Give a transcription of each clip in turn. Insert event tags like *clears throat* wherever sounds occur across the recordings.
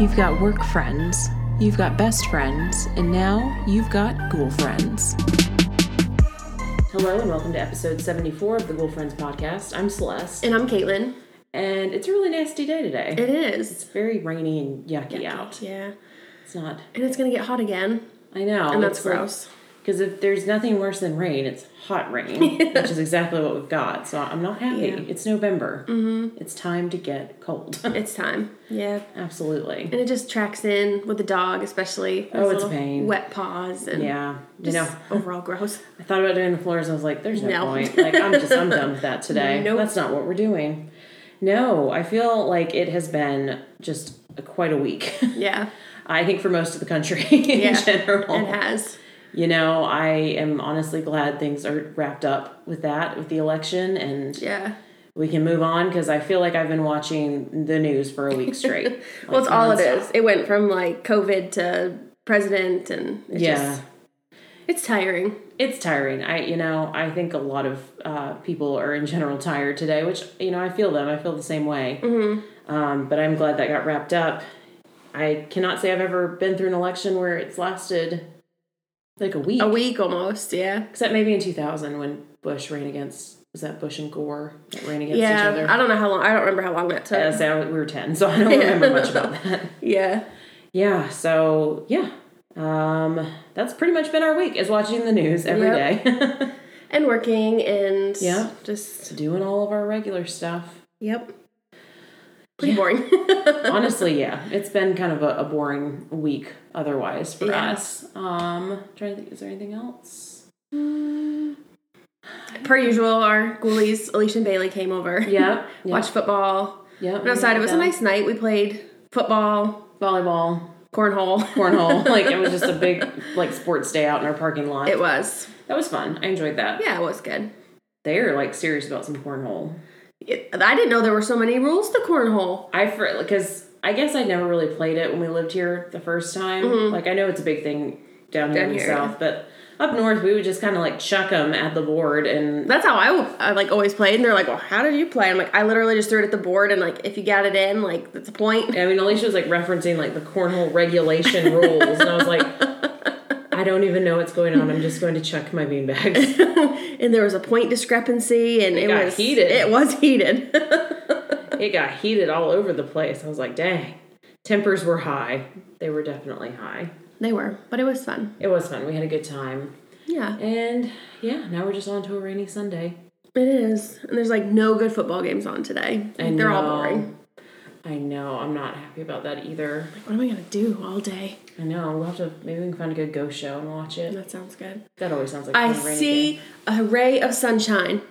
You've got work friends, you've got best friends, and now you've got ghoul friends. Hello, and welcome to episode 74 of the Ghoul Friends podcast. I'm Celeste, And I'm Caitlin. and it's a really nasty day today. It is. It's very rainy and yucky out. Yeah. It's not, And it's gonna get hot again. I know. And that's gross. Because if there's nothing worse than rain, it's hot *laughs* rain, which is exactly what we've got. So I'm not happy. Yeah. It's November. Mm-hmm. It's time to get cold. It's time. Yeah. Absolutely. And it just tracks in with the dog, especially. Those Oh, it's a little pain. Wet paws and Yeah. You just know, overall *laughs* gross. I thought about doing the floors. I was like, "There's no, No. point. Like, I'm just I'm done with *laughs* that today. Nope. That's not what we're doing." No, I feel like it has been just quite a week. *laughs* Yeah. I think for most of the country *laughs* in Yeah. general. It has. You know, I am honestly glad things are wrapped up with that, with the election, and Yeah. we can move on because I feel like I've been watching the news for a week straight. Well, it's all *laughs* it nonstop. is. It went from like COVID to president and it yeah. just, it's tiring. it's tiring. I you know I think a lot of uh, people are in general tired today, which you know I feel them. I feel the same way. Mm-hmm. Um, but I'm glad that got wrapped up. I cannot say I've ever been through an election where it's lasted like a week, A week almost. Yeah. except maybe in 2000 when Bush ran against was that Bush and Gore that ran against each Yeah. other. I don't know how long. I don't remember how long that took. Uh, so we were 10, so I don't remember much about that. Yeah. Yeah, so yeah. Um, that's pretty much been our week is watching the news every day, *laughs* Yep. And working and Yeah. just, doing all of our regular stuff. yep. Pretty Yeah. boring. *laughs* *laughs* Honestly, yeah, it's been kind of a, a boring week otherwise for Yeah. us. Um, trying to think, is there anything else? Per usual, our ghoulies, Alicia and Bailey, came over. *laughs* Yep. yep, Watched football. Yep. Went outside. It was a Yeah. nice night. We played football, volleyball, cornhole. cornhole. *laughs* like it was just a big like sports day out in our parking lot. *laughs* it was. that was fun. I enjoyed that. Yeah, it was good. They're like serious about some cornhole. It, I didn't know there were so many rules to cornhole. I for because I guess I never really played it when we lived here the first time. Like I know it's a big thing down here Mm-hmm. Down in the here, south, but up north we would just kind of like chuck them at the board and That's how I, w- I, like always played. And they're like, "Well, how did you play?" I'm like, "I literally just threw it at the board, and like if you got it in, like that's a point." I mean, Alicia was like referencing like the cornhole regulation rules, and I was like, *laughs* I don't even know what's going on. I'm just going to chuck my beanbags. *laughs* And there was a point discrepancy, and it, got was heated. It was *laughs* heated. it got heated all over the place. I was like, dang, tempers were high. They were definitely high. they were, but it was fun. It was fun. We had a good time, Yeah, and yeah, now we're just on to a rainy Sunday. it is. And there's like no good football games on today. I They're all know. boring. I know. I'm not happy about that either. What am I gonna do all day? I know. We'll have to maybe we can find a good ghost show and watch it. That sounds good. That always sounds like a I fun rainy day. see a ray of sunshine.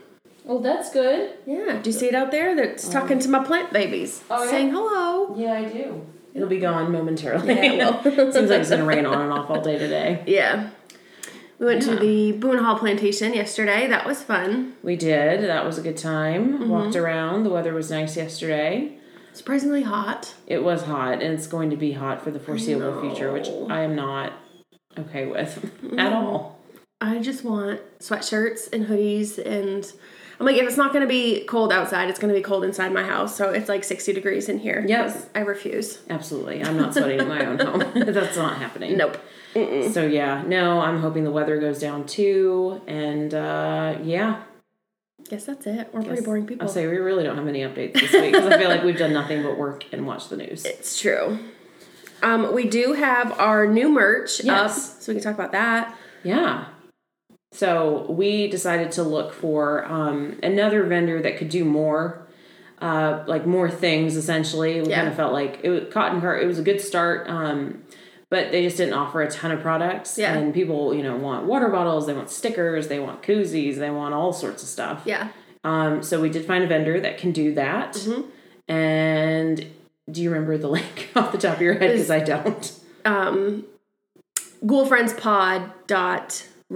Well, that's good. Yeah, do you see it out there? That's talking to my plant babies, Oh, yeah? saying hello. Yeah, I do. It'll be gone momentarily. Yeah, it *laughs* will. Seems like it's gonna rain on and off all day *laughs* today. Yeah. We went Yeah. to the Boone Hall plantation yesterday. That was fun. We did. That was a good time. Walked around. The weather was nice yesterday. Surprisingly hot. It was hot, and it's going to be hot for the foreseeable future, which know. I am not okay with *laughs* at all. I just want sweatshirts and hoodies and I'm like, if it's not gonna be cold outside, it's gonna be cold inside my house. So it's like 60 degrees in here. Yes. I refuse. Absolutely, I'm not sweating in my own *laughs* home. That's not happening. Nope. So yeah, no. I'm hoping the weather goes down too, and uh, yeah. Guess that's it. We're pretty boring people. I'll say we really don't have any updates this week because I feel like we've done nothing but work and watch the *laughs* news. It's true. Um, we do have our new merch Yes. up, so we can talk about that. Yeah. So we decided to look for um, another vendor that could do more, uh, like more things. Essentially, we Yeah. kind of felt like it was cotton cart. It was a good start, um, but they just didn't offer a ton of products. Yeah. And people, you know, want water bottles. They want stickers. They want koozies. They want all sorts of stuff. Yeah. Um, so we did find a vendor that can do that. Mm-hmm. And do you remember the link *laughs* off the top of your head? Because I don't. Um,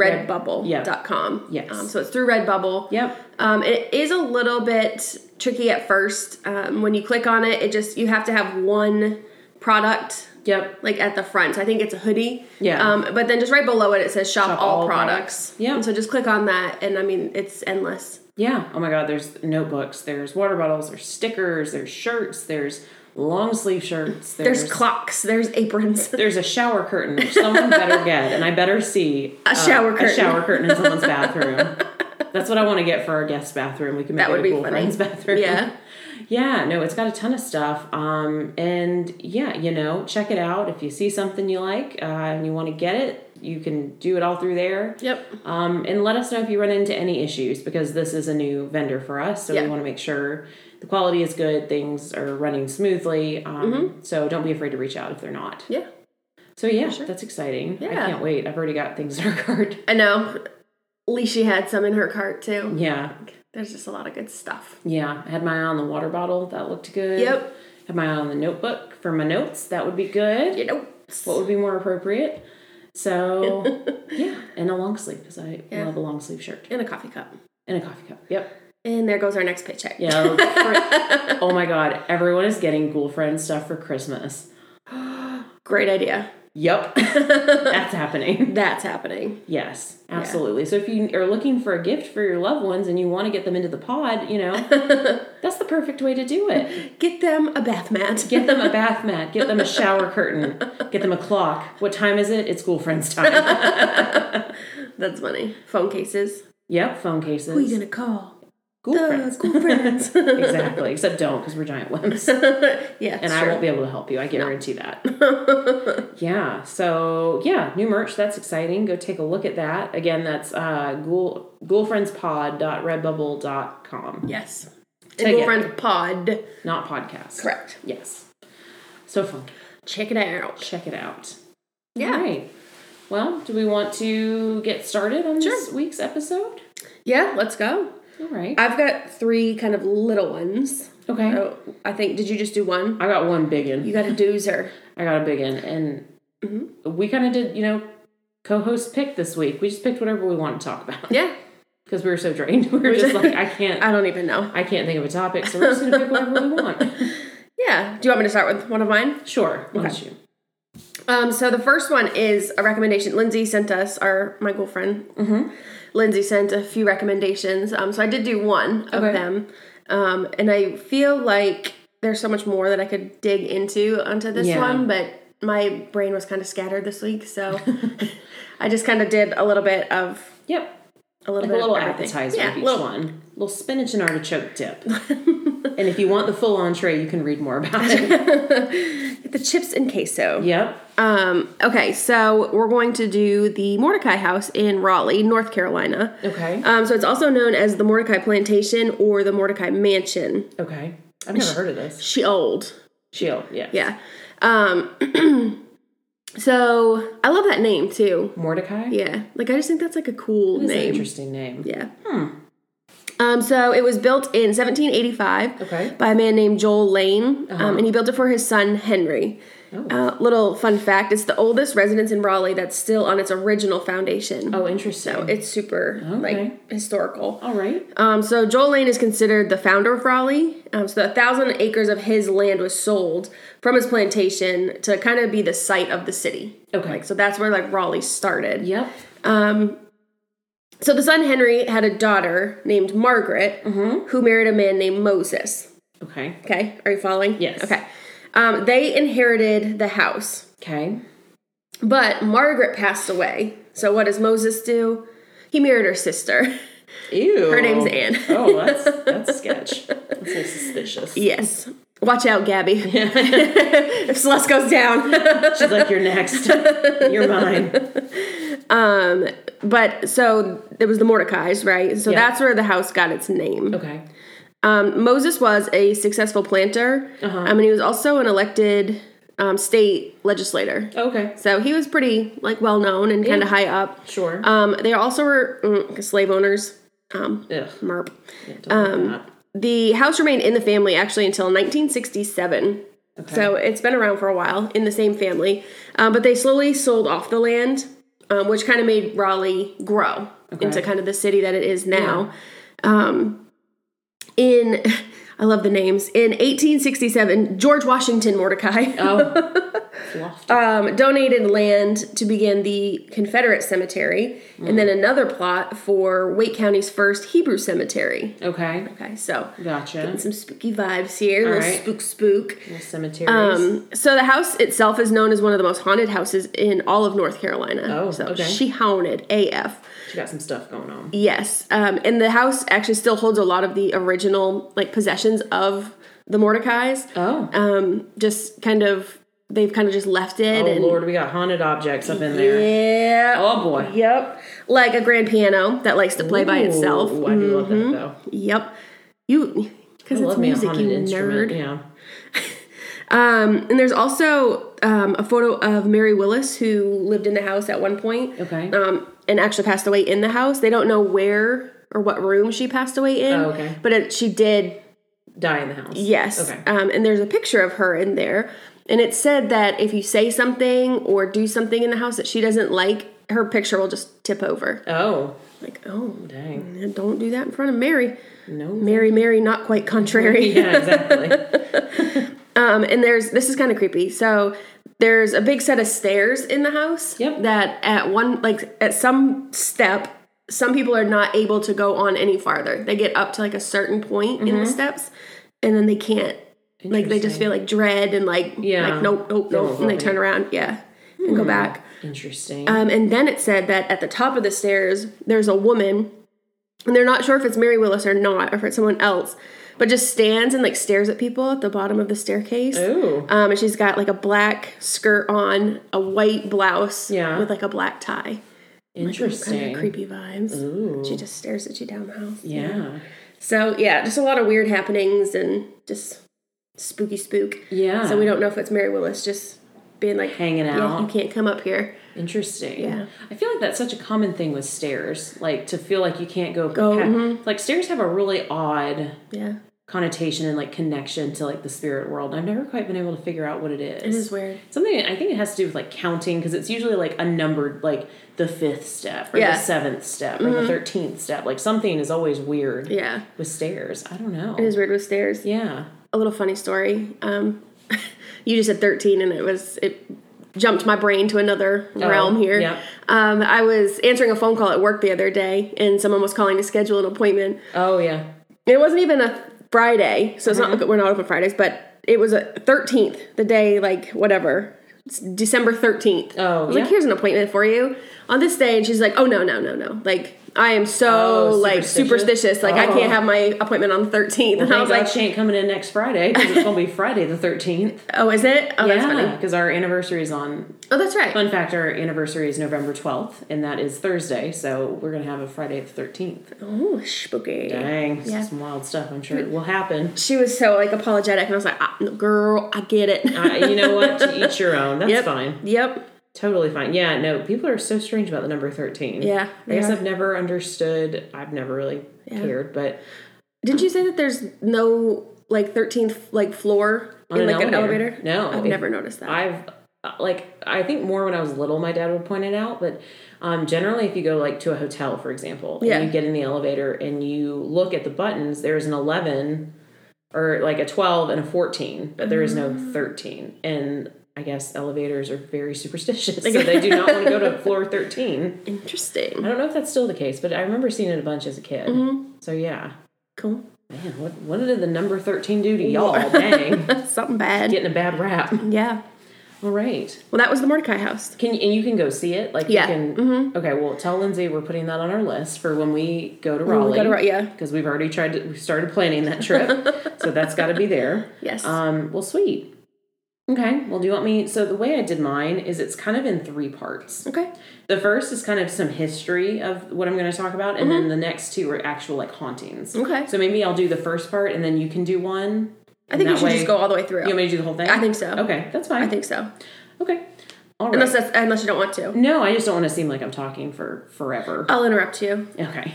ghoulfriendspod.redbubble.com. Yes. Um, so it's through Redbubble. Yep. Um, it is a little bit tricky at first. Um, when you click on it, it just you have to have one product Yep. like at the front. So I think it's a hoodie. Yeah. Um, but then just right below it, it says shop, all, all products. products. Yeah. And so just click on that, and I mean it's endless. Yeah. Oh my God. There's notebooks. There's water bottles. There's stickers. There's shirts. There's long sleeve shirts. There's, clocks. There's aprons. there's a shower curtain which someone better get, and I better see uh, A shower A curtain. shower curtain in someone's *laughs* bathroom. That's what I want to get for our guest bathroom. We can make That it would a be cool funny. friend's bathroom. yeah. Yeah, no, it's got a ton of stuff. Um, and yeah, you know, check it out. If you see something you like uh, and you want to get it, you can do it all through there. Yep. Um, and let us know if you run into any issues because this is a new vendor for us. So Yeah. we want to make sure the quality is good, things are running smoothly. Um, Mm-hmm. So don't be afraid to reach out if they're not. Yeah. So yeah, that's exciting. I Yeah. can't wait. I've already got things in our cart. I know. Leisha had some in her cart too. Yeah. There's just a lot of good stuff. Yeah. I had my eye on the water bottle. That looked good. Yep. Had my eye on the notebook for my notes. That would be good. You know. What would be more appropriate? *laughs* So yeah, and a long sleeve because I Yeah. love a long sleeve shirt In a coffee cup. and a coffee cup. Yep. And there goes our next paycheck. Yeah. for- oh my God! Everyone is getting ghoul friend stuff for Christmas. Great idea. Yep, *laughs* that's happening. That's happening. Yes, absolutely. So if you are looking for a gift for your loved ones and you want to get them into the pod, you know, that's the perfect way to do it. Get them a bath mat. Get them a bath mat. Get them a shower curtain. Get them a clock. What time is it? It's ghoul friends time. That's funny. Phone cases. Yep, phone cases. Who you gonna call? Ghoul The friends. cool *laughs* friends. exactly. Except don't, because we're giant wimps, yeah. and I sure. won't be able to help you. I guarantee that. *laughs* yeah. So yeah, new merch. That's exciting. Go take a look at that. Again, that's uh, ghoul ghoulfriendspod.redbubble.com. Yes. Take And cool it. friend pod. Not podcast. Correct. Yes. So funky. Check it out. Check it out. Yeah. All right. Well, do we want to get started on this week's episode? Yeah. Let's go. All right. I've got three kind of little ones. okay. Oh, I think. Did you just do one? I got one big in. You got a doozer. I got a big in, and Mm-hmm. we kind of did, you know, co-host pick this week. We just picked whatever we want to talk about Yeah. because we were so drained. *laughs* We were just *laughs* like, I can't, I don't even know. I can't think of a topic, so we're just gonna pick whatever we *laughs* want. Yeah. Do you want me to start with one of mine? Sure, why don't you? Um, so the first one is a recommendation. Lindsay sent us, our my girlfriend. Mm-hmm. Lindsay sent a few recommendations. Um, so I did do one of Okay. them, um, and I feel like there's so much more that I could dig into onto this Yeah. one, but my brain was kind of scattered this week, *laughs* so *laughs* I just kind of did a little bit of Yep, a little like a bit little of everything. appetizer Yeah, of each little- one. Little spinach and artichoke *laughs* dip. and if you want the full entree, you can read more about *laughs* it. the chips and queso. yep. Um, okay, so we're going to do the Mordecai House in Raleigh, North Carolina. Okay. Um, so it's also known as the Mordecai Plantation or the Mordecai Mansion. okay. I've never heard of *laughs* this. She old, Shield. Yeah. yeah. Um, *clears throat* so I love that name too. Mordecai. Yeah, like I just think that's like a cool That's an name. interesting name. Yeah. Um, so it was built in 1785 Okay. by a man named Joel Lane, um, and he built it for his son Henry. Uh, little fun fact: it's the oldest residence in Raleigh that's still on its original foundation. Oh, interesting. It's super Okay. like historical. All right. Um, so Joel Lane is considered the founder of Raleigh. Um, so a thousand acres of his land was sold from his plantation to kind of be the site of the city. Okay. Like so that's where like Raleigh started. yep. So the son Henry had a daughter named Margaret Mm-hmm. who married a man named Moses. Okay. Okay, are you following? Yes. Okay. Um, they inherited the house, Okay. but Margaret passed away. So what does Moses do? He married her sister. Ew. Her name's Anne. *laughs* oh, that's that's sketch. That's a little suspicious. Yes. Watch *laughs* out, Gabby. *laughs* if Celeste goes down. She's like, you're *laughs* next. You're mine. But so it was the Mordecai's, right? So Yeah. that's where the house got its name. Okay. Um, Moses was a successful planter, um, and he was also an elected um, state legislator. Okay. So he was pretty like well known and kind of high up. Sure. Um, they also were mm, slave owners. Um, Ugh. merp. Yeah, um, don't like that. The house remained in the family actually until 1967. Okay. So it's been around for a while in the same family, um, but they slowly sold off the land, um, which kind of made Raleigh grow into kind of the city that it is now. Um, in *laughs* I love the names. In 1867, George Washington Mordecai Oh, it's *laughs* lofty. um, donated land to begin the Confederate Cemetery, and then another plot for Wake County's first Hebrew Cemetery. okay, Okay, so gotcha. some spooky vibes here, a little right. spook spook. Little cemeteries. Um, so the house itself is known as one of the most haunted houses in all of North Carolina. Oh, so okay. she haunted AF. she got some stuff going on. Yes, um, and the house actually still holds a lot of the original like possessions of the Mordecai's. Oh, Um, just kind of they've kind of just left it. oh and Lord, we got haunted objects up in there. Yeah. Oh boy. Yep. Like a grand piano that likes to play by itself. Ooh, I do love that though. Yep. You because I it's love me a music, you haunted instrument. nerd. Yeah. Um, and there's also um, a photo of Mary Willis who lived in the house at one point. Okay. Um, and actually passed away in the house. They don't know where or what room she passed away in. Oh, okay. But it, she did. Die in the house. Yes. Okay. Um, and there's a picture of her in there. And it said that if you say something or do something in the house that she doesn't like, her picture will just tip over. Oh, Like, oh, dang. And Don't do that in front of Mary. No. Mary, Mary, not quite contrary. *laughs* Yeah, exactly. Um, and there's this is kind of creepy. So there's a big set of stairs in the house. Yep. That at one like at some step, some people are not able to go on any farther. They get up to like a certain point in the steps, and then they can't. Like they Mm-hmm. Interesting. just feel like dread and like Yeah. like nope nope They nope, won't and they go turn around yeah and Hmm. go back. Interesting. Um, and then it said that at the top of the stairs, there's a woman, and they're not sure if it's Mary Willis or not, or if it's someone else, but just stands and like stares at people at the bottom of the staircase. oh. Um, and she's got like a black skirt on, a white blouse, Yeah. with like a black tie. Kind Interesting. of creepy vibes. Ooh. She just stares at you down the house. Yeah. So yeah, just a lot of weird happenings and just spooky spook. Yeah. So we don't know if it's Mary Willis just being like, hanging yeah, you out. can't come up here. Interesting. Yeah. I feel like that's such a common thing with stairs, like to feel like you can't go. Go, pa- mhm. Like stairs have a really odd Yeah, connotation and like connection to like the spirit world. I've never quite been able to figure out what it it is. is weird. Something I think it has to do with like counting because it's usually like a numbered like the fifth step or Yeah. Mm-hmm. the seventh step or the thirteenth step. Like something is always weird Yeah. with stairs. I don't know. It is weird with stairs. Yeah. A little funny story. Um, *laughs* you just said 13, and it was it jumped my brain to another realm here. Oh, yeah. Um, I was answering a phone call at work the other day, and someone was calling to schedule an appointment. Oh yeah. And it wasn't even a Friday, so it's Uh-huh. not we're not open Fridays, but it was a 13th, the day like whatever. It's December 13th. Oh, I was yeah. like, here's an appointment for you on this day. And she's like, oh, no, no, no, no. Like, I am so Oh, like superstitious? superstitious. Like, I Oh. can't have my appointment on the 13th. and I Thank God was like, she ain't coming in next Friday because it's gonna be Friday the thirteenth. Oh, is it? Oh, *laughs* that's Yeah, funny. because our anniversary is on. Oh, that's right. Fun fact: our anniversary is November twelfth, and that is Thursday. So we're gonna have a Friday the thirteenth. Oh, spooky. Dang, Yeah. some wild stuff. I'm sure it will *laughs* happen. She was so like apologetic, and I was like, ah, no, "Girl, I get it." Uh, you know what? to each your own. That's yep. fine. *laughs* Yep. Totally fine. Yeah. No, people are so strange about the number thirteen. I Yeah, they guess are. I've never understood. I've never really cared, but Didn't you say that there's no like thirteenth like floor On in an like an elevator. elevator? No. I've It- never noticed that. I've uh, like I think more when I was little, my dad would point it out. But um, generally, if you go like to a hotel, for example, Yeah. and you get in the elevator and you look at the buttons, there's an eleven or like a twelve and a fourteen, but there is no thirteen. And I guess elevators are very *laughs* superstitious, so they do not want to go to floor thirteen. I Interesting. don't know if that's still the case, but I remember seeing it a bunch as a kid. So yeah, Cool. *laughs* man, what what did the number thirteen do to y'all? Dang, Something bad. getting a bad rap. Yeah. All right. Well, that was the Mordecai house. Can you, and you can go see it? Like Yeah. Mm-hmm. you can. Okay, well, tell Lindsay we're putting that on our list for when we go to we Raleigh. go to Ra- yeah. because we've already tried to. We started planning that *laughs* trip, so that's got to be there. Yes. Um. Well, sweet. Okay. Well, do you want me? So the way I did mine is it's kind of in three parts. okay. The first is kind of some history of what I'm going to talk about, and then the next two are actual like hauntings. Mm-hmm. Okay. So maybe I'll do the first part, and then you can do one. I think that we should way- just go all the way through. You want me to do the whole thing? I think so. Okay, that's fine. I think so. Okay. All right. Unless that's unless you don't want to, No, I just don't want to seem like I'm talking for forever. I'll interrupt you. Okay.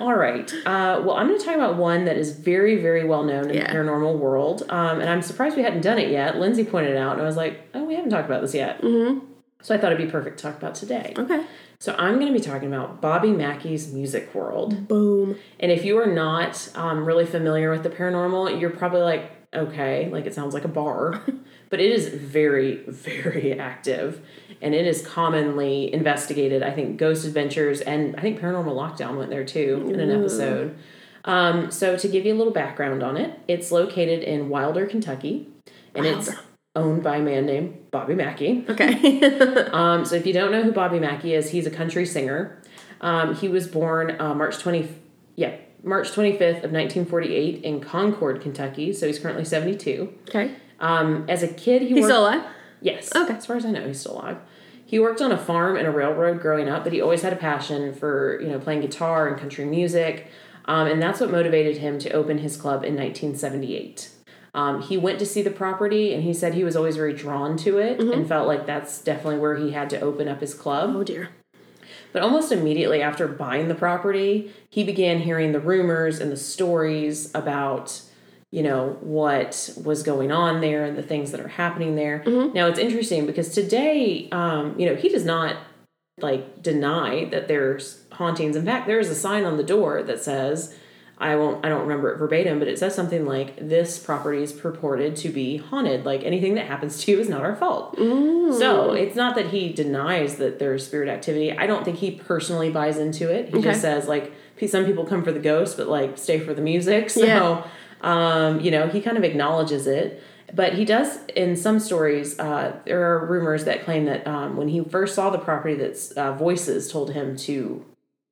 All right. Uh, well, I'm going to talk about one that is very, very well known in Yeah. the paranormal world, um, and I'm surprised we hadn't done it yet. Lindsay pointed it out, and I was like, "Oh, we haven't talked about this yet." Mm-hmm. So I thought it'd be perfect to talk about today. Okay. So I'm going to be talking about Bobby Mackey's Music World. Boom. And if you are not um, really familiar with the paranormal, you're probably like, okay, like it sounds like a bar, but it is very, very active. And it is commonly investigated. I think Ghost Adventures and I think Paranormal Lockdown went there too in an episode. Um, so, to give you a little background on it, it's located in Wilder, Kentucky, and it's Wilder. owned by a man named Bobby Mackey. Okay. Um, so if you don't know who Bobby Mackey is, he's a country singer. Um, he was born uh, March twenty, yeah, March twenty fifth of nineteen forty eight in Concord, Kentucky. So he's currently seventy two. *laughs* okay. Um, as a kid, he He's worked, still alive. yes, Okay. As far as I know, he's still alive. He worked on a farm and a railroad growing up, but he always had a passion for you know playing guitar and country music, um, and that's what motivated him to open his club in nineteen seventy eight. Um, he went to see the property and he said he was always very drawn to it and felt like that's definitely where he had to open up his club. Oh dear. But almost immediately after buying the property, he began hearing the rumors and the stories about, you know, what was going on there and the things that are happening there. Mm-hmm. Now, it's interesting because today, um, you know, he does not like deny that there's hauntings. In fact, there is a sign on the door that says, I won't I don't remember it verbatim, but it says something like this property is purported to be haunted. Like anything that happens to you is not our fault. Mm. So it's not that he denies that there's spirit activity. I don't think he personally buys into it. He Okay. just says like p- some people come for the ghost, but like stay for the music. *laughs* So Yeah. um, you know, he kind of acknowledges it. But he does in some stories. Uh, there are rumors that claim that um, when he first saw the property, that uh, voices told him to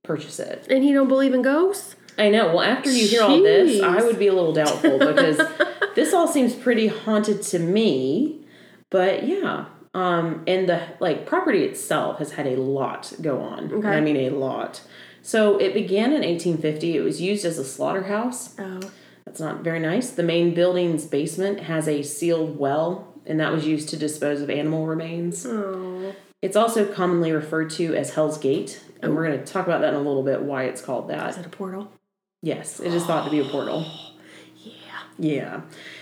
purchase it. And he don't believe in ghosts? I know. Well, after you hear all this, Jeez. I would be a little *laughs* doubtful because this all seems pretty haunted to me. But yeah, um, and the like property itself has had a lot go on. And Okay. I mean, a lot. So it began in 1850. It was used as a slaughterhouse. Oh. That's not very nice. The main building's basement has a sealed well, and that was used to dispose of animal remains. Oh. It's also commonly referred to as Hell's Gate, and we're going to talk about that in a little bit. Why it's called that? Is that a portal? Yes, it is thought to be a portal. *gasps* Yeah. Yeah.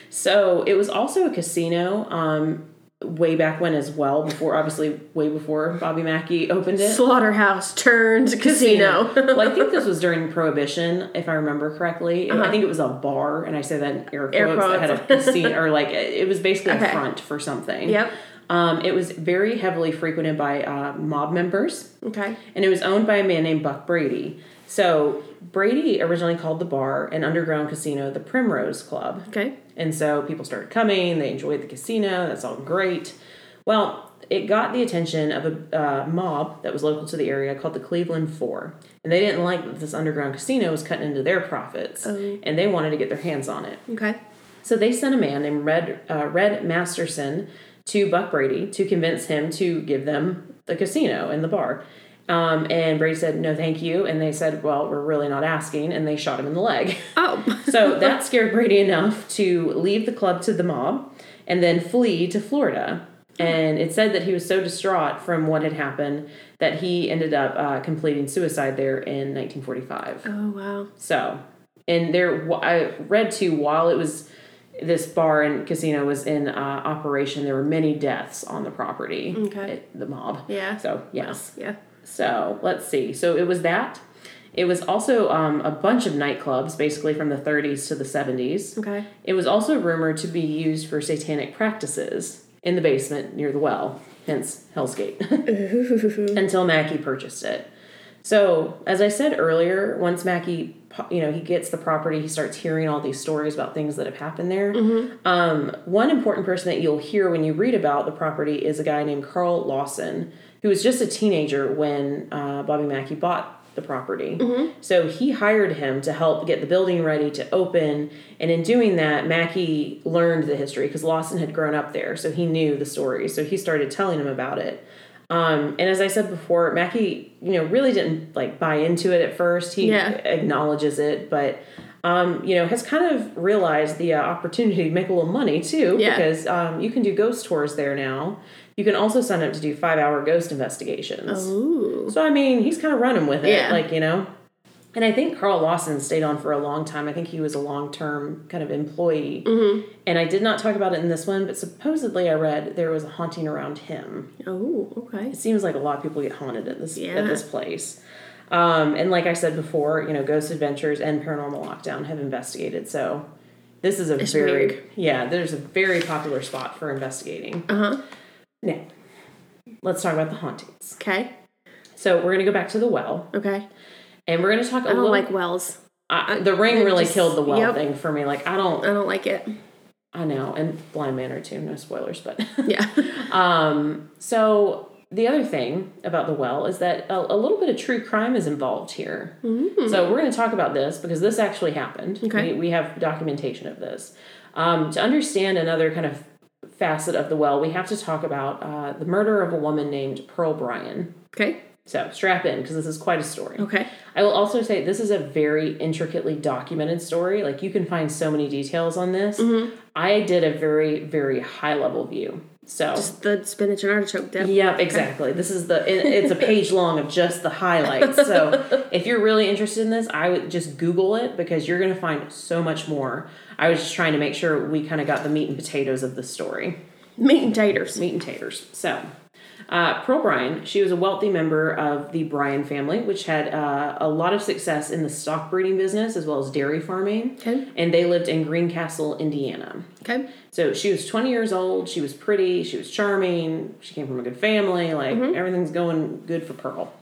So it was also a casino um, way back when as well, before obviously way before Bobby Mackey opened it. Slaughterhouse turned casino. well, I think this was during Prohibition, if I remember correctly. I think it was a bar, and I say that in air quotes, Uh-huh. Air that had a quotes. casino, or like it it was basically a Okay. front for something. Yep. Um, it was very heavily frequented by uh, mob members *laughs* okay. and it was owned by a man named Buck Brady. So Brady originally called the bar an underground casino the Primrose Club. Okay. And so people started coming, they enjoyed the casino, that's all great. Well, it got the attention of a uh, mob that was local to the area called the Cleveland Four. And they didn't like that this underground casino was cutting into their profits, Oh. and they wanted to get their hands on it. Okay. So they sent a man named Red uh, Red Masterson to Buck Brady to convince him to give them the casino and the bar. Um, and Brady said, "No, thank you." And they said, "Well, we're really not asking." And they shot him in the leg. *laughs* Oh. *laughs* so that scared Brady enough to leave the club to the mob and then flee to Florida. And it said that he was so distraught from what had happened that he ended up uh, completing suicide there in 1945. Oh wow. So, and there, I read too while it was this bar and casino was in uh, operation, there were many deaths on the property. Okay. It- the mob. Yeah. So yes. Yeah. So let's see. So it was that. It was also um, a bunch of nightclubs, basically from the 30s to the 70s. Okay. It was also rumored to be used for satanic practices in the basement near the well, hence Hell's Gate, until Mackey purchased it. So, as I said earlier, once Mackey, you know, he gets the property, he starts hearing all these stories about things that have happened there. Um, one important person that you'll hear when you read about the property is a guy named Carl Lawson, who was just a teenager when uh, Bobby Mackey bought the property. So he hired him to help get the building ready to open. And in doing that, Mackey learned the history because Lawson had grown up there, so he knew the story. So he started telling him about it. Um, and as I said before, Mackey, you know, really didn't like buy into it at first. He Yeah. acknowledges it, but um, you know, has kind of realized the uh, opportunity to make a little money too, Yeah. because um, you can do ghost tours there now. You can also sign up to do five hour ghost investigations. Ooh. So I mean, he's kind of running with it, Oh. Yeah. like you know. And I think Carl Lawson stayed on for a long time. I think he was a long term kind of employee. Mm-hmm. And I did not talk about it in this one, but supposedly I read there was a haunting around him. Oh, okay. It seems like a lot of people get haunted at this Yeah. at this place. Um, and like I said before, you know, Ghost Adventures and Paranormal Lockdown have investigated. So this is a It's very big. yeah, there's a very popular spot for investigating. Uh huh. Now, let's talk about the hauntings. Okay. So we're gonna go back to the well, Okay. and we're gonna talk a I little. don't Oh, like wells. I, the ring really just- killed the well yep. thing for me. Like I don't, I don't like it. I know, and Blind Manor too. No spoilers, but *laughs* Yeah. *laughs* um, so the other thing about the well is that a, a little bit of true crime is involved here. So we're going to talk about this because this actually happened. Mm. Okay. We, we have documentation of this. Um, to understand another kind of facet of the well, we have to talk about uh, the murder of a woman named Pearl Bryan. Okay. So strap in because this is quite a story. Okay. I will also say this is a very intricately documented story. Like you can find so many details on this. Mm-hmm. I did a very, very high level view. So Just the spinach and artichoke dip. Yep, exactly. This is the it, it's a page long of just the highlights. So if you're really interested in this, I would just Google it because you're going to find so much more. I was just trying to make sure we kind of got the meat and potatoes of the story Meat and taters. meat and taters. So, uh, Pearl Bryan, she was a wealthy member of the Bryan family, which had uh, a lot of success in the stock breeding business as well as dairy farming. Okay. And they lived in Greencastle, Indiana. Okay. So she was 20 years old. She was pretty. She was charming. She came from a good family. Like everything's going good for Pearl.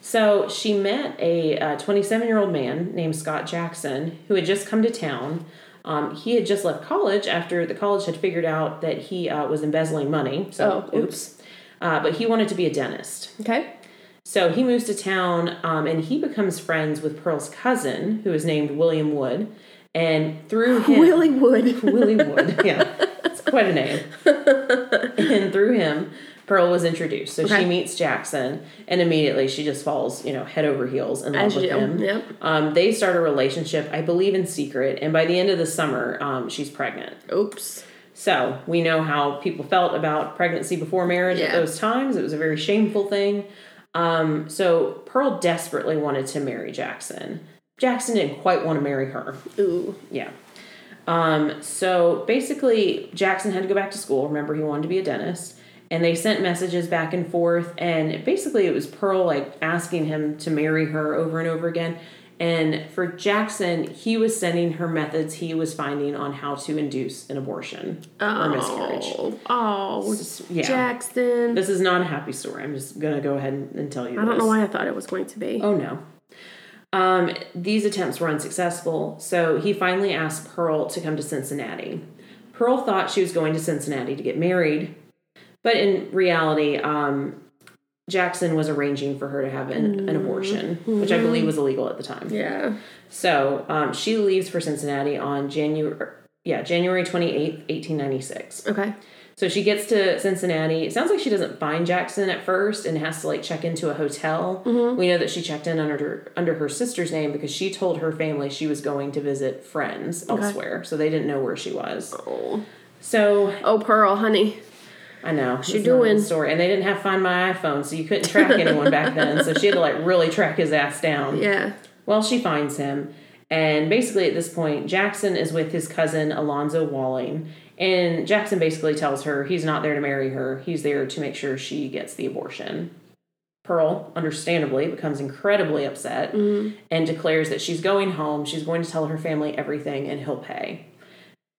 So she met a 27 year old man named Scott Jackson who had just come to town. Um, he had just left college after the college had figured out that he uh, was embezzling money. So, Oh, oops. Uh, but he wanted to be a dentist. Okay. So he moves to town um, and he becomes friends with Pearl's cousin, who is named William Wood. And through him, Willie Wood. Willie Wood. *laughs* Yeah, it's quite a *laughs* name. and through him, Pearl was introduced. So Okay. she meets Jackson, and immediately she just falls, you know, head over heels in love As with you do. him. Yep. Um, they start a relationship, I believe, in secret. And by the end of the summer, um, she's pregnant. Oops. So we know how people felt about pregnancy before marriage at Yeah. those times. It was a very shameful thing. Um, so Pearl desperately wanted to marry Jackson. Jackson didn't quite want to marry her. Ooh. Yeah. Um, so basically, Jackson had to go back to school. Remember, he wanted to be a dentist. And they sent messages back and forth. And basically, it was Pearl like asking him to marry her over and over again. And for Jackson, he was sending her methods he was finding on how to induce an abortion or miscarriage. Oh. Oh. S- Yeah. Jackson. This is not a happy story. I'm just going to go ahead and, and tell you I don't this. know why I thought it was going to be. Oh no. Um, these attempts were unsuccessful, so he finally asked Pearl to come to Cincinnati. Pearl thought she was going to Cincinnati to get married, but in reality, um, Jackson was arranging for her to have an, an abortion, which I believe was illegal at the time. Yeah. So um, she leaves for Cincinnati on January, yeah, January twenty eighth, eighteen ninety six. Okay. So she gets to Cincinnati. It sounds like she doesn't find Jackson at first and has to like check into a hotel. We know that she checked in under under her sister's name because she told her family she was going to visit friends elsewhere, so they didn't know where she was. Oh. So Oh, Pearl, honey. I know what you doing? story, and they didn't have Find My iPhone, so you couldn't track anyone back then. So she had to like really track his ass down. Yeah. Well, she finds him, and basically at this point, Jackson is with his cousin Alonzo Walling, and Jackson basically tells her he's not there to marry her, he's there to make sure she gets the abortion. Pearl, understandably, becomes incredibly upset and declares that she's going home, she's going to tell her family everything, and he'll pay.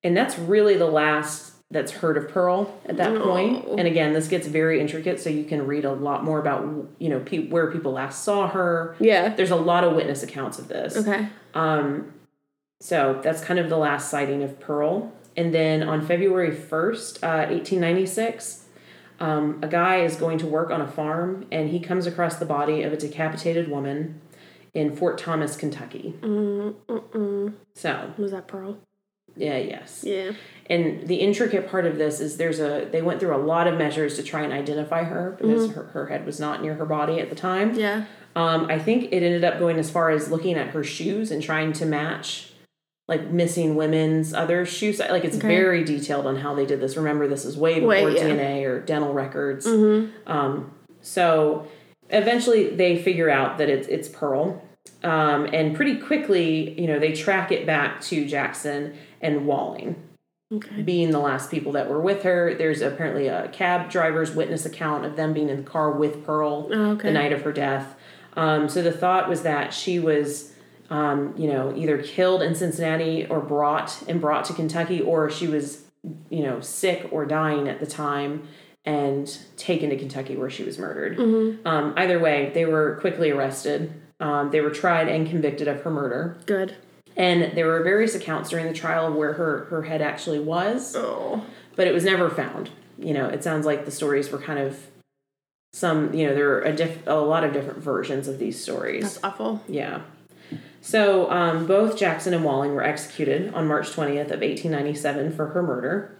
And that's really the last that's heard of Pearl at that point. No. And again, this gets very intricate, so you can read a lot more about you know pe- where people last saw her, Yeah. there's a lot of witness accounts of this. Okay. Um, so that's kind of the last sighting of Pearl. And then on February 1st, uh, 1896, um, a guy is going to work on a farm and he comes across the body of a decapitated woman in Fort Thomas, Kentucky. Mm, mm-mm. So, Was that Pearl? yeah, yes. Yeah. And the intricate part of this is there's a, they went through a lot of measures to try and identify her because her, her head was not near her body at the time. Yeah. Um, I think it ended up going as far as looking at her shoes and trying to match like missing women's other shoes. Like it's Okay. very detailed on how they did this. Remember, this is way before Way, yeah. DNA or dental records. Mm-hmm. Um, so eventually they figure out that it's it's Pearl. Um, and pretty quickly, you know, they track it back to Jackson and Walling Okay. being the last people that were with her. There's apparently a cab driver's witness account of them being in the car with Pearl Oh, okay. the night of her death. Um, so the thought was that she was, um, you know, either killed in Cincinnati or brought and brought to Kentucky, or she was, you know, sick or dying at the time and taken to Kentucky where she was murdered. Mm-hmm. Um, either way, they were quickly arrested. Um, they were tried and convicted of her murder. Good. And there were various accounts during the trial of where her, her head actually was, Oh. but it was never found. You know, it sounds like the stories were kind of some, you know, there are a, diff- a lot of different versions of these stories. That's awful. Yeah. So um, both Jackson and Walling were executed on March 20th of 1897 for her murder.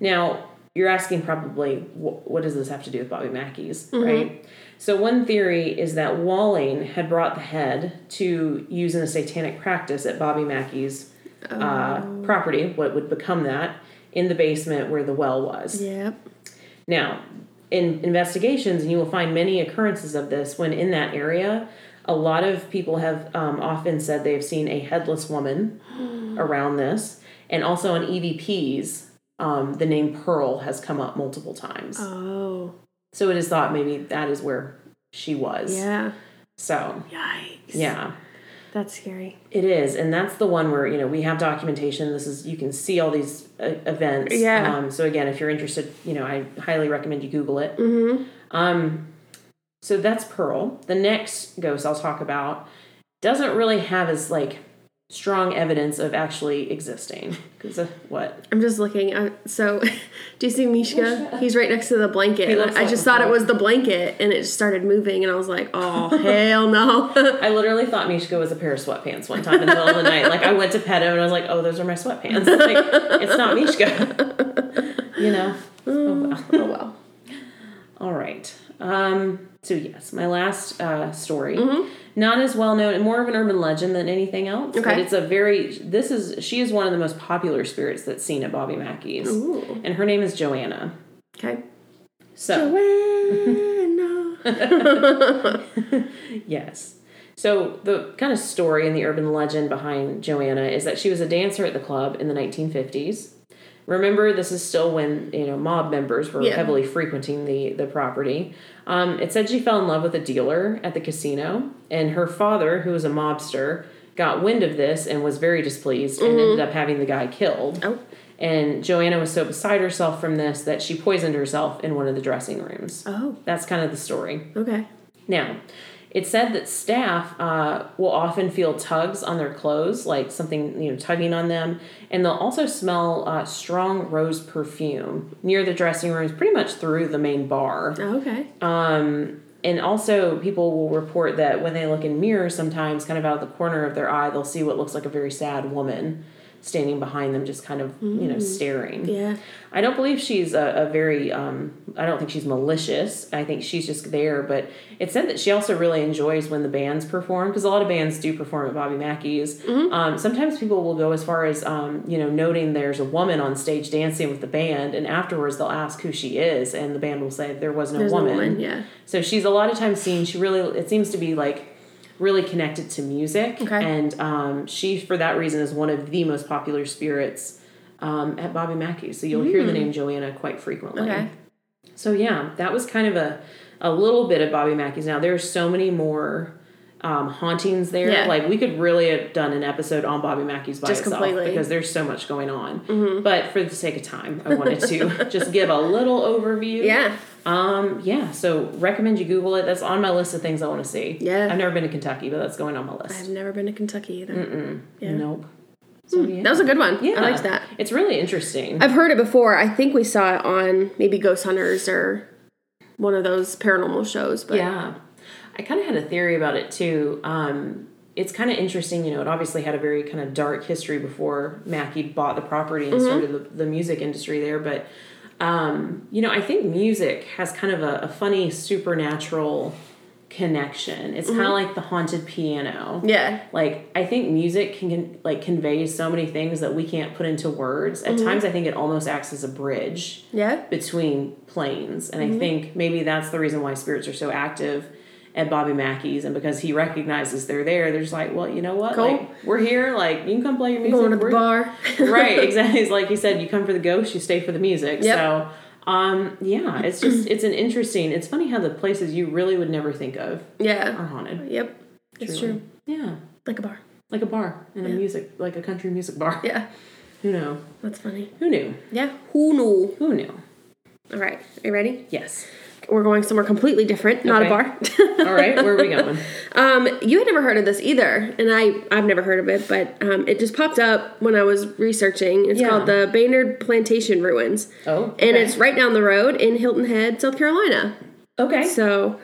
Now, you're asking probably, wh- what does this have to do with Bobby Mackey's, right? So one theory is that Walling had brought the head to use in a satanic practice at Bobby Mackey's uh, property, what would become that, in the basement where the well was. Yep. Now, in investigations, and you will find many occurrences of this when in that area, a lot of people have um, often said they've seen a headless *gasps* woman around this. And also on EVPs, um, the name Pearl has come up multiple times. Oh. So it is thought maybe that is where she was. Yeah. So, Yikes. yeah. That's scary. It is, and that's the one where you know we have documentation. This is you can see all these uh, events. Yeah. Um, so again, if you're interested, you know I highly recommend you Google it. Mm-hmm. Um, so that's Pearl. The next ghost I'll talk about doesn't really have as like strong evidence of actually existing *laughs* because of what I'm just looking. I, so, *laughs* do you see Mishka? He's right next to the blanket. He and looks I like just the thought it frog. was the blanket, and it just started moving, and I was like, *laughs* "Oh hell *laughs* no!" I literally thought Mishka was a pair of sweatpants one time in the middle of the night. Like I went to pet him and I was like, "Oh, those are my sweatpants." Like it's not Mishka, *laughs* you know. Oh, well. oh well. All right. Um, so yes, my last uh, story, Mm-hmm. not as well known, more of an urban legend than anything else. But Okay. it's a very this is she is one of the most popular spirits that's seen at Bobby Mackey's, Ooh. and her name is Joanna. Okay. So Joanna. yes. So the kind of story and the urban legend behind Joanna is that she was a dancer at the club in the 1950s. Remember, this is still when you know mob members were Yeah. heavily frequenting the the property. Um, it said she fell in love with a dealer at the casino, and her father, who was a mobster, got wind of this and was very displeased and ended up having the guy killed. Mm-hmm. Oh. And Joanna was so beside herself from this that she poisoned herself in one of the dressing rooms. oh. That's kind of the story. Okay. Now, it said that staff uh, will often feel tugs on their clothes, like something you know tugging on them, and they'll also smell uh, strong rose perfume near the dressing rooms, pretty much through the main bar. Oh, Okay. Um, and also, people will report that when they look in mirrors, sometimes kind of out of the corner of their eye, they'll see what looks like a very sad woman standing behind them, just kind of you know staring. Yeah. I don't believe she's a, a very, um, I don't think she's malicious. I think she's just there. But it said that she also really enjoys when the bands perform, because a lot of bands do perform at Bobby Mackey's. Um, sometimes people will go as far as, um, you know, noting there's a woman on stage dancing with the band, and afterwards they'll ask who she is, and the band will say, There was no There's woman. a woman. Yeah. So she's a lot of times seen. She really, it seems to be like really connected to music, Okay. and um, she for that reason is one of the most popular spirits um, at Bobby Mackey's. So you'll hear the name Joanna quite frequently. Hmm. Okay. So yeah, that was kind of a a little bit of Bobby Mackey's. Now there are so many more. Um, hauntings there Yeah. like we could really have done an episode on bobby mackey's by Just itself completely. Mm-hmm. because there's so much going on but for the sake of time i wanted *laughs* to just give a little overview Yeah. um, yeah, so recommend you Google it. That's on my list of things I want to see. Yeah. I've never been to Kentucky, but that's going on my list. I've never been to Kentucky either. yeah. Nope. So, yeah. That was a good one. yeah. I liked that. It's really interesting. I've heard it before. I think we saw it on maybe Ghost Hunters or one of those paranormal shows. But yeah. I kind of had a theory about it too. Um, it's kind of interesting, you know, it obviously had a very kind of dark history before Mackey bought the property Mm-hmm. and started the, the music industry there, but um, you know, I think music has kind of a, a funny supernatural connection. It's Mm-hmm. kind of like the haunted piano. yeah. like i think music can, can like convey so many things that we can't put into words Mm-hmm. at times i think it almost acts as a bridge Yeah. Mm-hmm. between planes and i think maybe that's the reason why spirits are so active at Bobby Mackey's, and because he recognizes they're there, they're just like, well, you know what? Cool. Like, we're here. Like, you can come play your music. Going to the We're- bar. *laughs* right, exactly. It's like you said, you come for the ghost, you stay for the music. Yep. So, um, yeah, it's just it's an interesting. It's funny how the places you really would never think of *laughs* yeah. are haunted. Yep. It's Uh, truly. true. Yeah, Like a bar. like a bar and a Yeah. music, like a country music bar. *laughs* Yeah. Who knew? That's funny. Who knew? Yeah. Who knew? Who knew? All right. Are you ready? Yes. We're going somewhere completely different, not a Okay. bar. *laughs* All right, where are we going? Um, you had never heard of this either, and I I've never heard of it, but um, it just popped up when I was researching. It's Yeah. called the Baynard Plantation Ruins, Oh, and okay. it's right down the road in Hilton Head, South Carolina. okay. So,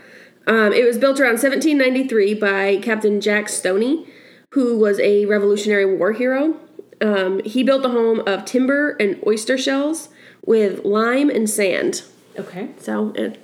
um, it was built around 1793 by Captain Jack Stoney, who was a Revolutionary War hero. Um, he built a home of timber and oyster shells with lime and sand. okay. So, it,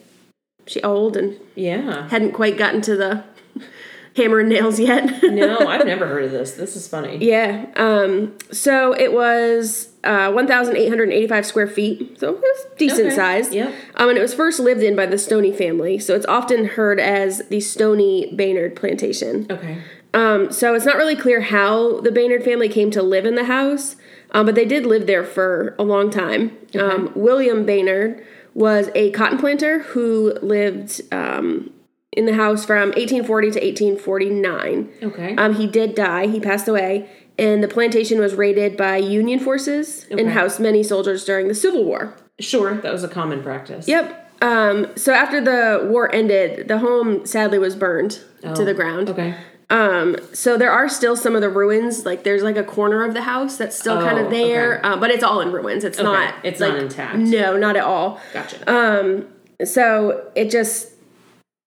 she old and Yeah. hadn't quite gotten to the *laughs* hammer and nails yet. *laughs* No, I've never heard of this. This is funny. yeah. Um, so it was uh, 1,885 square feet. So it was decent Okay. sized. Yep. Um, and it was first lived in by the Stoney family. So it's often heard as the Stoney Baynard plantation. Okay. Um, so it's not really clear how the Baynard family came to live in the house, um, but they did live there for a long time. Um, William Baynard was a cotton planter who lived um, in the house from 1840 to 1849. Okay. Um, he did die, he passed away, and the plantation was raided by Union forces and Okay. housed many soldiers during the Civil War. sure, that was a common practice. Yep. Um, so after the war ended, the home sadly was burned to Oh, the ground. Okay. Um, so there are still some of the ruins. Like there's like a corner of the house that's still kind Oh, of there, okay. uh, but it's all in ruins. It's not. It's like, not intact. No, Um, not at all. Gotcha. So it just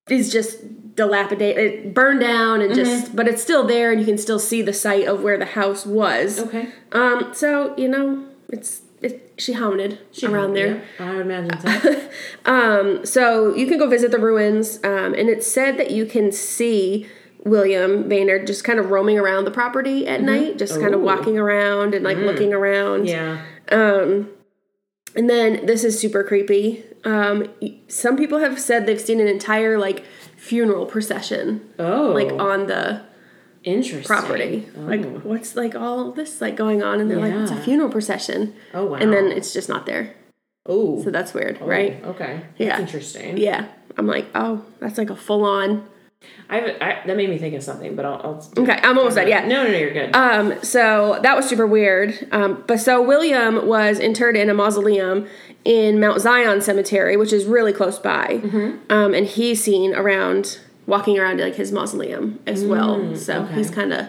is just dilapidated, it burned down, and Mm-hmm. just. But it's still there, and you can still see the site of where the house was. okay. Um. So you know, it's it. She hominid around there. Yeah, I would imagine *laughs* so. Um, so you can go visit the ruins, um, and it's said that you can see William Maynard just kind of roaming around the property at night, just kind Mm-hmm. Ooh. of Mm-hmm. walking around and like looking around. yeah. And then this is super creepy. Um, y- some people have said they've seen an entire like funeral procession Oh. like on the interesting. property. Oh. Like what's like all this like going on, and they're like it's a Yeah. funeral procession, oh wow. and then it's just not there. oh, So that's weird, oh, right? Okay. Yeah. That's interesting. Yeah, I'm like, oh, that's like a full on. I, have, I that made me think of something, but I'll. I'll Okay, I'm almost done. Yeah, No, no, no, you're good. Um, so that was super weird. Um, but so William was interred in a mausoleum in Mount Zion Cemetery, which is really close by. Mm-hmm. Um, and he's seen around walking around like his mausoleum as well. So Mm, okay. he's kind of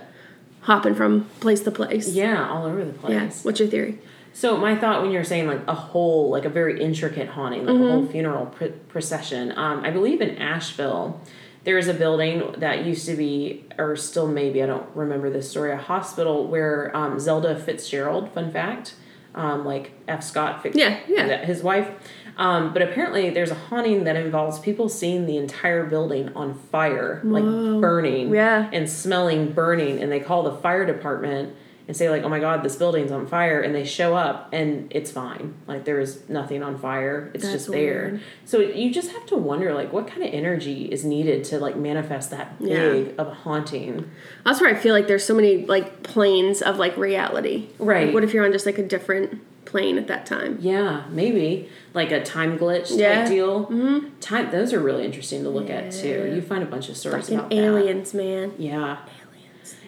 hopping from place to place. yeah, all over the place. Yeah. What's your theory? So my thought when you were saying like a whole, like a very intricate haunting, like a Mm-hmm. whole funeral pr- procession. Um, I believe in Asheville, there is a building that used to be, or still maybe I don't remember this story, a hospital where um, Zelda Fitzgerald. Fun fact, um, like F. Scott. Fitz- Yeah, yeah. that- His wife. Um, but apparently, there's a haunting that involves people seeing the entire building on fire, like burning Yeah. and smelling burning and they call the fire department and say like oh my god this building's on fire and they show up and it's fine like there is nothing on fire it's That's just there weird. so you just have to wonder like what kind of energy is needed to like manifest that Yeah. big of a haunting That's where I feel like there's so many like planes of like reality. Right. Like, what if you're on just like a different plane at that time? yeah maybe like a time glitch type Yeah. deal mm-hmm. time those are really interesting to look at too you find a bunch of stories Fucking about that. aliens, man. Yeah.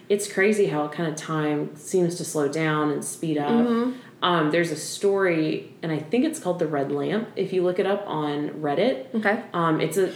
It's crazy how kind of time seems to slow down and speed up. Mm-hmm. Um, there's a story, and I think it's called The Red Lamp. If you look it up on Reddit, Okay. um, it's a,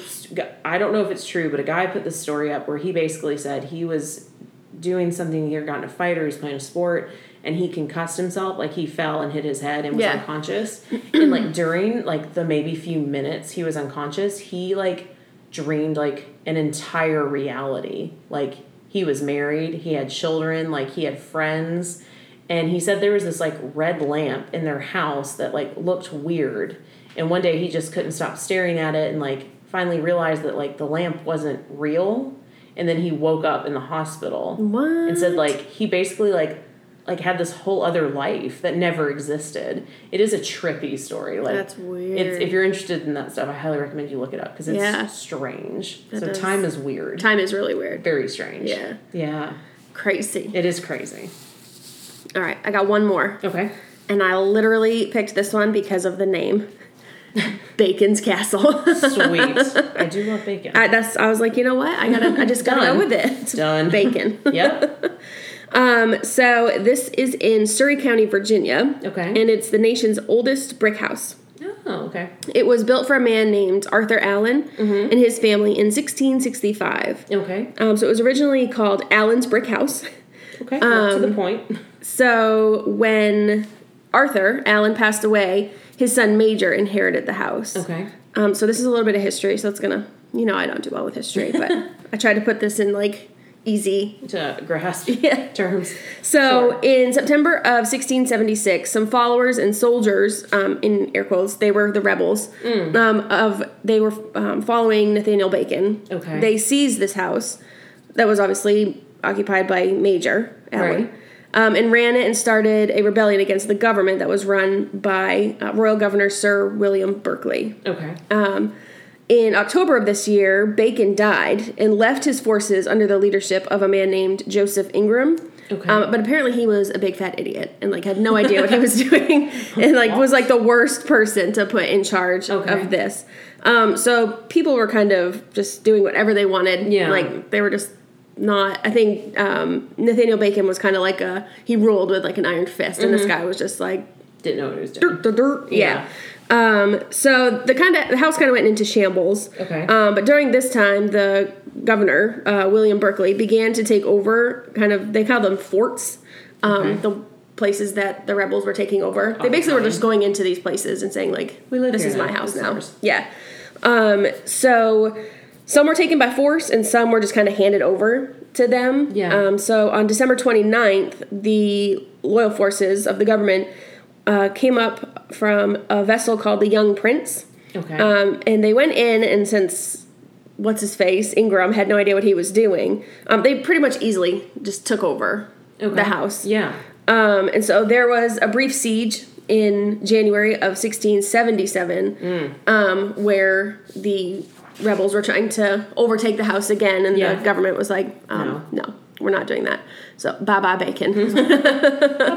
I don't know if it's true, but a guy put this story up where he basically said he was doing something, he either got in a fight or he's playing a sport, and he concussed himself, like he fell and hit his head and was Yeah. unconscious. and like during like the maybe few minutes he was unconscious, he like dreamed like an entire reality. Like he was married, he had children, like he had friends. And he said there was this like red lamp in their house that like looked weird. And one day he just couldn't stop staring at it and like finally realized that like the lamp wasn't real. And then he woke up in the hospital What? and said like he basically like like had this whole other life that never existed. It is a trippy story. Like That's weird. It's, if you're interested in that stuff, I highly recommend you look it up because it's Yeah. strange. That so does. time is weird. Time is really weird. Very strange. Yeah. Yeah. Crazy. It is crazy. All right, I got one more. *laughs* Okay. And I literally picked this one because of *laughs* the name Bacon's Castle. *laughs* Sweet. I do love bacon. I, that's I was like, you know what? I gotta I just gotta go Done. with *laughs* it. Done. Bacon. yep. Um, so this is in Surrey County, Virginia. Okay. And it's the nation's oldest brick house. Oh, okay. It was built for a man named Arthur Allen Mm-hmm. and his family in 1665. Okay. Um, so it was originally called Allen's Brick House. *laughs* Okay. well, to the Um, point. So when Arthur Allen passed away, his son Major inherited the house. Okay. Um, so this is a little bit of history. So it's gonna, you know, I don't do well with history, but I tried to put this in like easy. To grasp *laughs* Yeah. terms. So Sure. in September of 1676, some followers and soldiers, um, in air quotes, they were the rebels. Mm. Um, of they were um, following Nathaniel Bacon. Okay. They seized this house that was obviously occupied by Major Allen. Right. Um, and ran it and started a rebellion against the government that was run by uh, Royal Governor Sir William Berkeley. Okay. Um, in October of this year, Bacon died and left his forces under the leadership of a man named Joseph Ingram. Okay. Um, but apparently, he was a big fat idiot and like had no idea what he was *laughs* doing, and like was like the worst person to put in charge Okay. of this. Um, so people were kind of just doing whatever they wanted. Yeah. like they were just not. I think um, Nathaniel Bacon was kind of like a he ruled with like an iron fist, and this Mm-hmm. guy was just like Didn't know what it was doing. dirt, dirt. Yeah. Um, so the kind of the house kind of went into shambles. Okay. Um, but during this time, the governor uh, William Berkeley began to take over. Kind of they call them forts. Um, Okay. Oh, The places that the rebels were taking over. They basically were just going into these places and saying like, We live This here is now. my house It's now. ours. Yeah. Um, so some were taken by force and some were just kind of handed over to them. Yeah. Um, so on December 29th, the loyal forces of the government uh, came up from a vessel called the Young Prince. Okay. Um, and they went in, and since what's his face, Ingram, had no idea what he was doing, um, they pretty much easily just took over okay. the house. Yeah. Um, and so there was a brief siege in January of 1677, um, where the rebels were trying to overtake the house again, and Yeah. the government was like, um, no. we're not doing that. So bye bye bacon. bye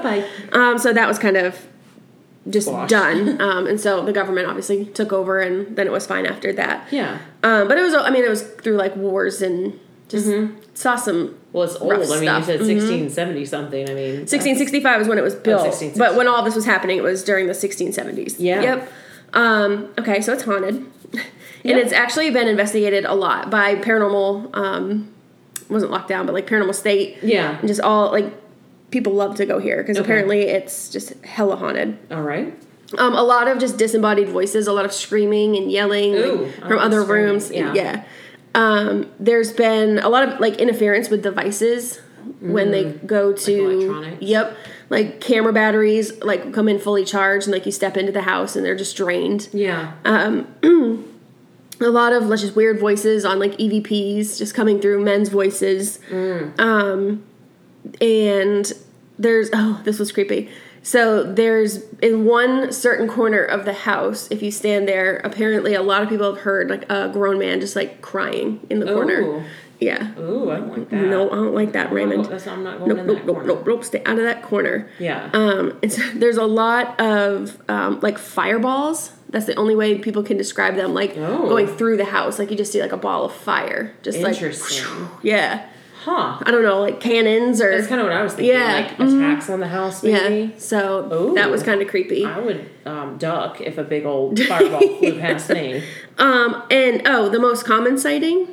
bye. um, so that was kind of just Squashed. done. Um, and so the government obviously took over, and then it was fine after that. Yeah. Um, but it was, I mean, it was through like wars and just saw some Well, it's old. Rough I mean, stuff. Mm-hmm. you said 1670 something. I mean, 1665 is when it Oh, was built. 1665. but when all this was happening, it was during the 1670s. Yeah. Yep. Um, okay, so it's haunted. *laughs* And Yep. it's actually been investigated a lot by paranormal, um, wasn't locked down, but like paranormal state. Yeah. And just all, like, people love to go here because Okay. apparently it's just hella haunted. All right. Um, a lot of just disembodied voices, a lot of screaming and yelling like, Ooh, I from like other screaming, rooms. yeah. Um, there's been a lot of like interference with devices when they go to Mm. electronics? Yep. Like camera batteries like come in fully charged and like you step into the house and they're just drained. Yeah. A lot of like just weird voices on like EVPs just coming through men's voices. Mm. Um and there's oh, this was creepy. So there's in one certain corner of the house, if you stand there, apparently a lot of people have heard like a grown man just like crying in the corner. Yeah. Ooh. Ooh, I don't like Oh. that. No, I don't like that, I'm not- Raymond. that's- I'm not going Nope, in nope, that nope, corner. nope, nope. Stay out of that corner. Yeah. Um, *laughs* and so there's a lot of um, like fireballs. That's the only way people can describe them. Like Oh. going through the house, like you just see like a ball of fire, just like Interesting. *laughs* yeah. huh. I don't know, like cannons or That's kind of what I was thinking. Yeah. Mm-hmm. Like attacks on the house, maybe. yeah. So Ooh. that was kind of creepy. I would um, duck if a big old fireball *laughs* flew past me. Um, and oh, the most common sighting: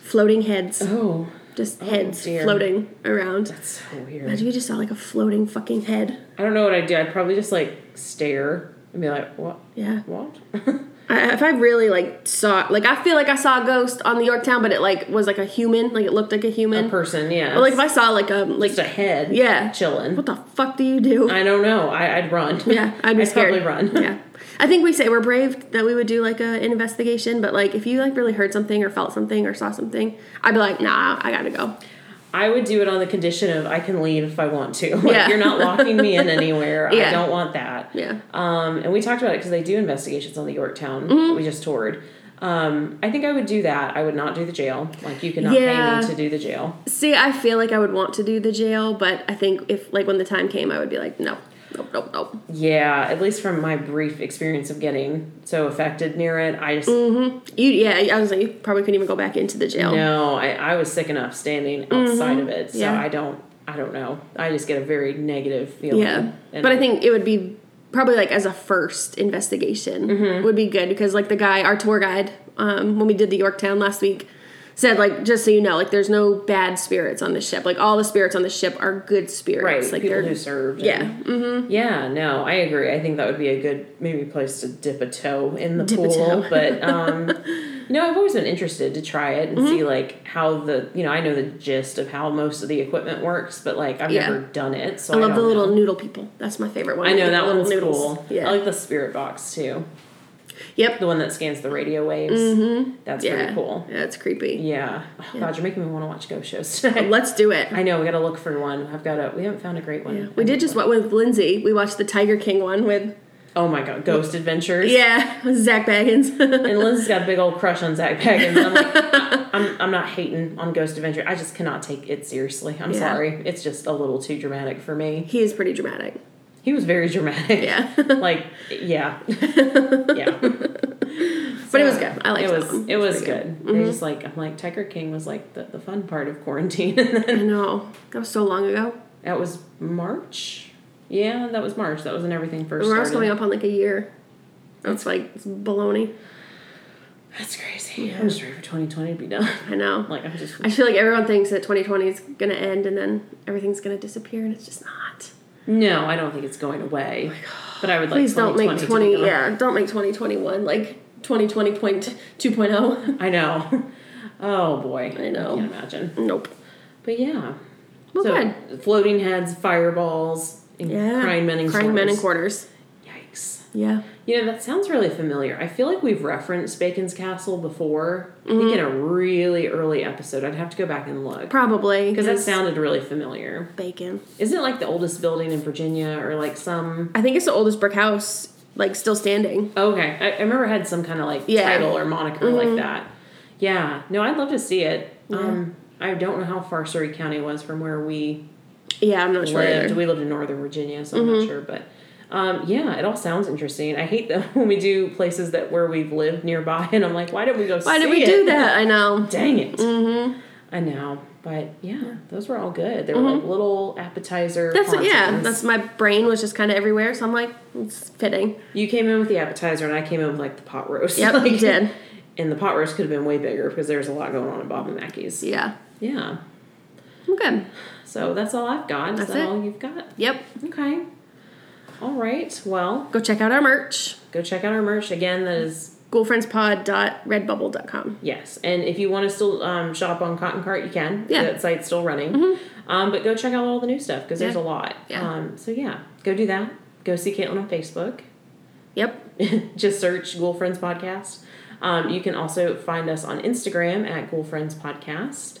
floating heads, Oh, just heads dear. floating around. that's so weird. Imagine you just saw like a floating fucking head. I don't know what I'd do. I'd probably just like stare and be like, what? Yeah. What? *laughs* I, if I really like saw, like I feel like I saw a ghost on the Yorktown, but it like was like a human, like it looked like a a human. person, yeah. Or like if I saw like a like, just a head. Yeah. Chilling. what the fuck do you do? I don't know. I, *laughs* I'd run. *laughs* yeah, I'd be scared. probably run. yeah, I think we say we're brave that we would do like a, an investigation, but like if you like really heard something or felt something or saw something, I'd be like, nah, I gotta go. I would do it on the condition of I can leave if I want to. *laughs* Like, Yeah. You're not locking me *laughs* in anywhere. Yeah. I don't want that. Yeah. Um, and we talked about it because they do investigations on the Yorktown Mm-hmm. that we just toured. Um, I think I would do that. I would not do the jail. Like you cannot Yeah. pay me to do the jail. See, I feel like I would want to do the jail, but I think if like when the time came, I would be like, no, nope, nope, nope. Yeah, at least from my brief experience of getting so affected near it, I just Mm-hmm. You, yeah, I was like, you probably couldn't even go back into the jail. no. I, I was sick enough standing outside of it, so Mm-hmm. Yeah. I don't. I don't know. I just get a very negative feeling. Yeah, And but I think it would be probably like as a first investigation Mm-hmm. would be good because like the guy, our tour guide, um, when we did the Yorktown last week, said like just so you know, like there's no bad spirits on the ship. Like all the spirits on the ship are good right, spirits. Like people they're who served. yeah, Mm-hmm. and- yeah. No, I agree. I think that would be a good maybe place to dip a toe in the Dip a pool. toe. *laughs* But um, you know, I've always been interested to try it and Mm-hmm. see like how the you know I know the gist of how most of the equipment works, but like I've Yeah. never done it, so I I, love the don't little know. noodle people. That's my favorite one. I know The that little one's noodles. cool. Yeah. I like the spirit box too. yep. The one that scans the radio waves. That's Mm-hmm. yeah. pretty cool. Yeah, it's creepy. Yeah. Oh, God, you're making me want to watch ghost shows *laughs* today. Let's do it. I know we got to look for one. I've got to. We haven't found a great one. We did just went with Lindsay. We watched the Tiger King one with Oh my God, Ghost Adventures. yeah *laughs* Zach Baggins. *laughs* And Lindsay's got a big old crush on Zach Baggins. I'm like, I- I'm, I'm not hating on Ghost Adventure. I just cannot take it seriously. I'm Yeah. sorry. It's just a little too dramatic for me. he is pretty dramatic. He was very dramatic. Yeah. *laughs* like, yeah. yeah. But it So, was good. I liked it. that Was one. it was pretty Mm-hmm. good? They just like I'm like Tiger King was like the, the fun part of quarantine, *laughs* and then I know that was so long ago. that was March. Yeah, that was March. That was when everything first We're almost started. going up on like a year. That's like it's baloney. That's crazy. I'm just ready for 2020 to be done. *laughs* I know. Like I'm just I feel like everyone thinks that 2020 is gonna end and then everything's gonna disappear, and it's just not. no, I don't think it's going away. but I would like Oh Please don't make 2020 to be 20. gone. Yeah, don't make 2021 like 2020.2.0. I know. *laughs* Oh boy, I know. I can't imagine. nope. But yeah, Well, so good. floating heads, fireballs, and Yeah. crying men and Crying men and quarters. quarters. Yikes. Yeah. You know, that sounds really familiar. I feel like we've referenced Bacon's Castle before. I Mm-hmm. think in a really early episode. I'd have to go back and look. Probably. Because that sounded really familiar. bacon. Isn't it like the oldest building in Virginia or like some. I think it's the oldest brick house, like still standing. Oh, okay. I, I remember it had some kind of like Yeah. Mm-hmm. title or moniker like that. Yeah. No, I'd love to see it. Um, I don't know how far Surrey County was from where we Yeah, I'm not sure lived. either. We lived in Northern Virginia, so Mm-hmm. I'm not sure, but um, yeah, it all sounds interesting. I hate that *laughs* when we do places that where we've lived nearby, and I'm like, why did we go? Why see did we it? do that? Mm. I know. Mm-hmm. Dang it! I know, but yeah, those were all good. They were like little appetizer. Mm-hmm. That's what, yeah. hauntings. That's my brain was just kind of everywhere, so I'm like, it's fitting. you came in with the appetizer, and I came in with like the pot roast. *laughs* Yep, like, you did. And the pot roast could have been way bigger because there was a lot going on at Bob and Mackey's. Yeah, Yeah. I'm good. So that's all I've got. That's Is that it. all you've got? Yep. Okay. All right. Well, Go check out our merch. go check out our merch again. That is Ghoulfriendspod.redbubble.com. Yes, and if you want to still um, shop on Cotton Cart, you can. Yeah. that site's still running. Um, but go check out all the new stuff because there's Yeah. a lot. Yeah. Um, so yeah, go do that. Go see Caitlin on Facebook. Yep. Just search Ghoul Friends Podcast. Um, you can also find us on Instagram at Ghoul Friends Podcast.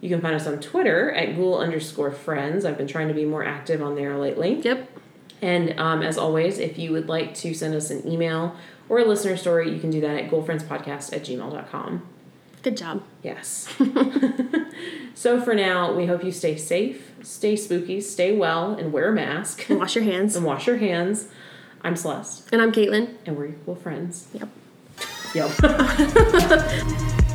You can find us on Twitter at Ghoul underscore Friends. I've been trying to be more active on there lately. Yep. And um, as always, if you would like to send us an email or a listener story, you can do that at goldfriendspodcast at gmail.com. Good job. Yes. *laughs* so for now, we hope you stay safe, stay spooky, stay well, and wear a mask *laughs* And wash your hands. and wash your hands. I'm Celeste, And I'm Caitlin. *laughs* and we're your cool friends. Yep. Yep.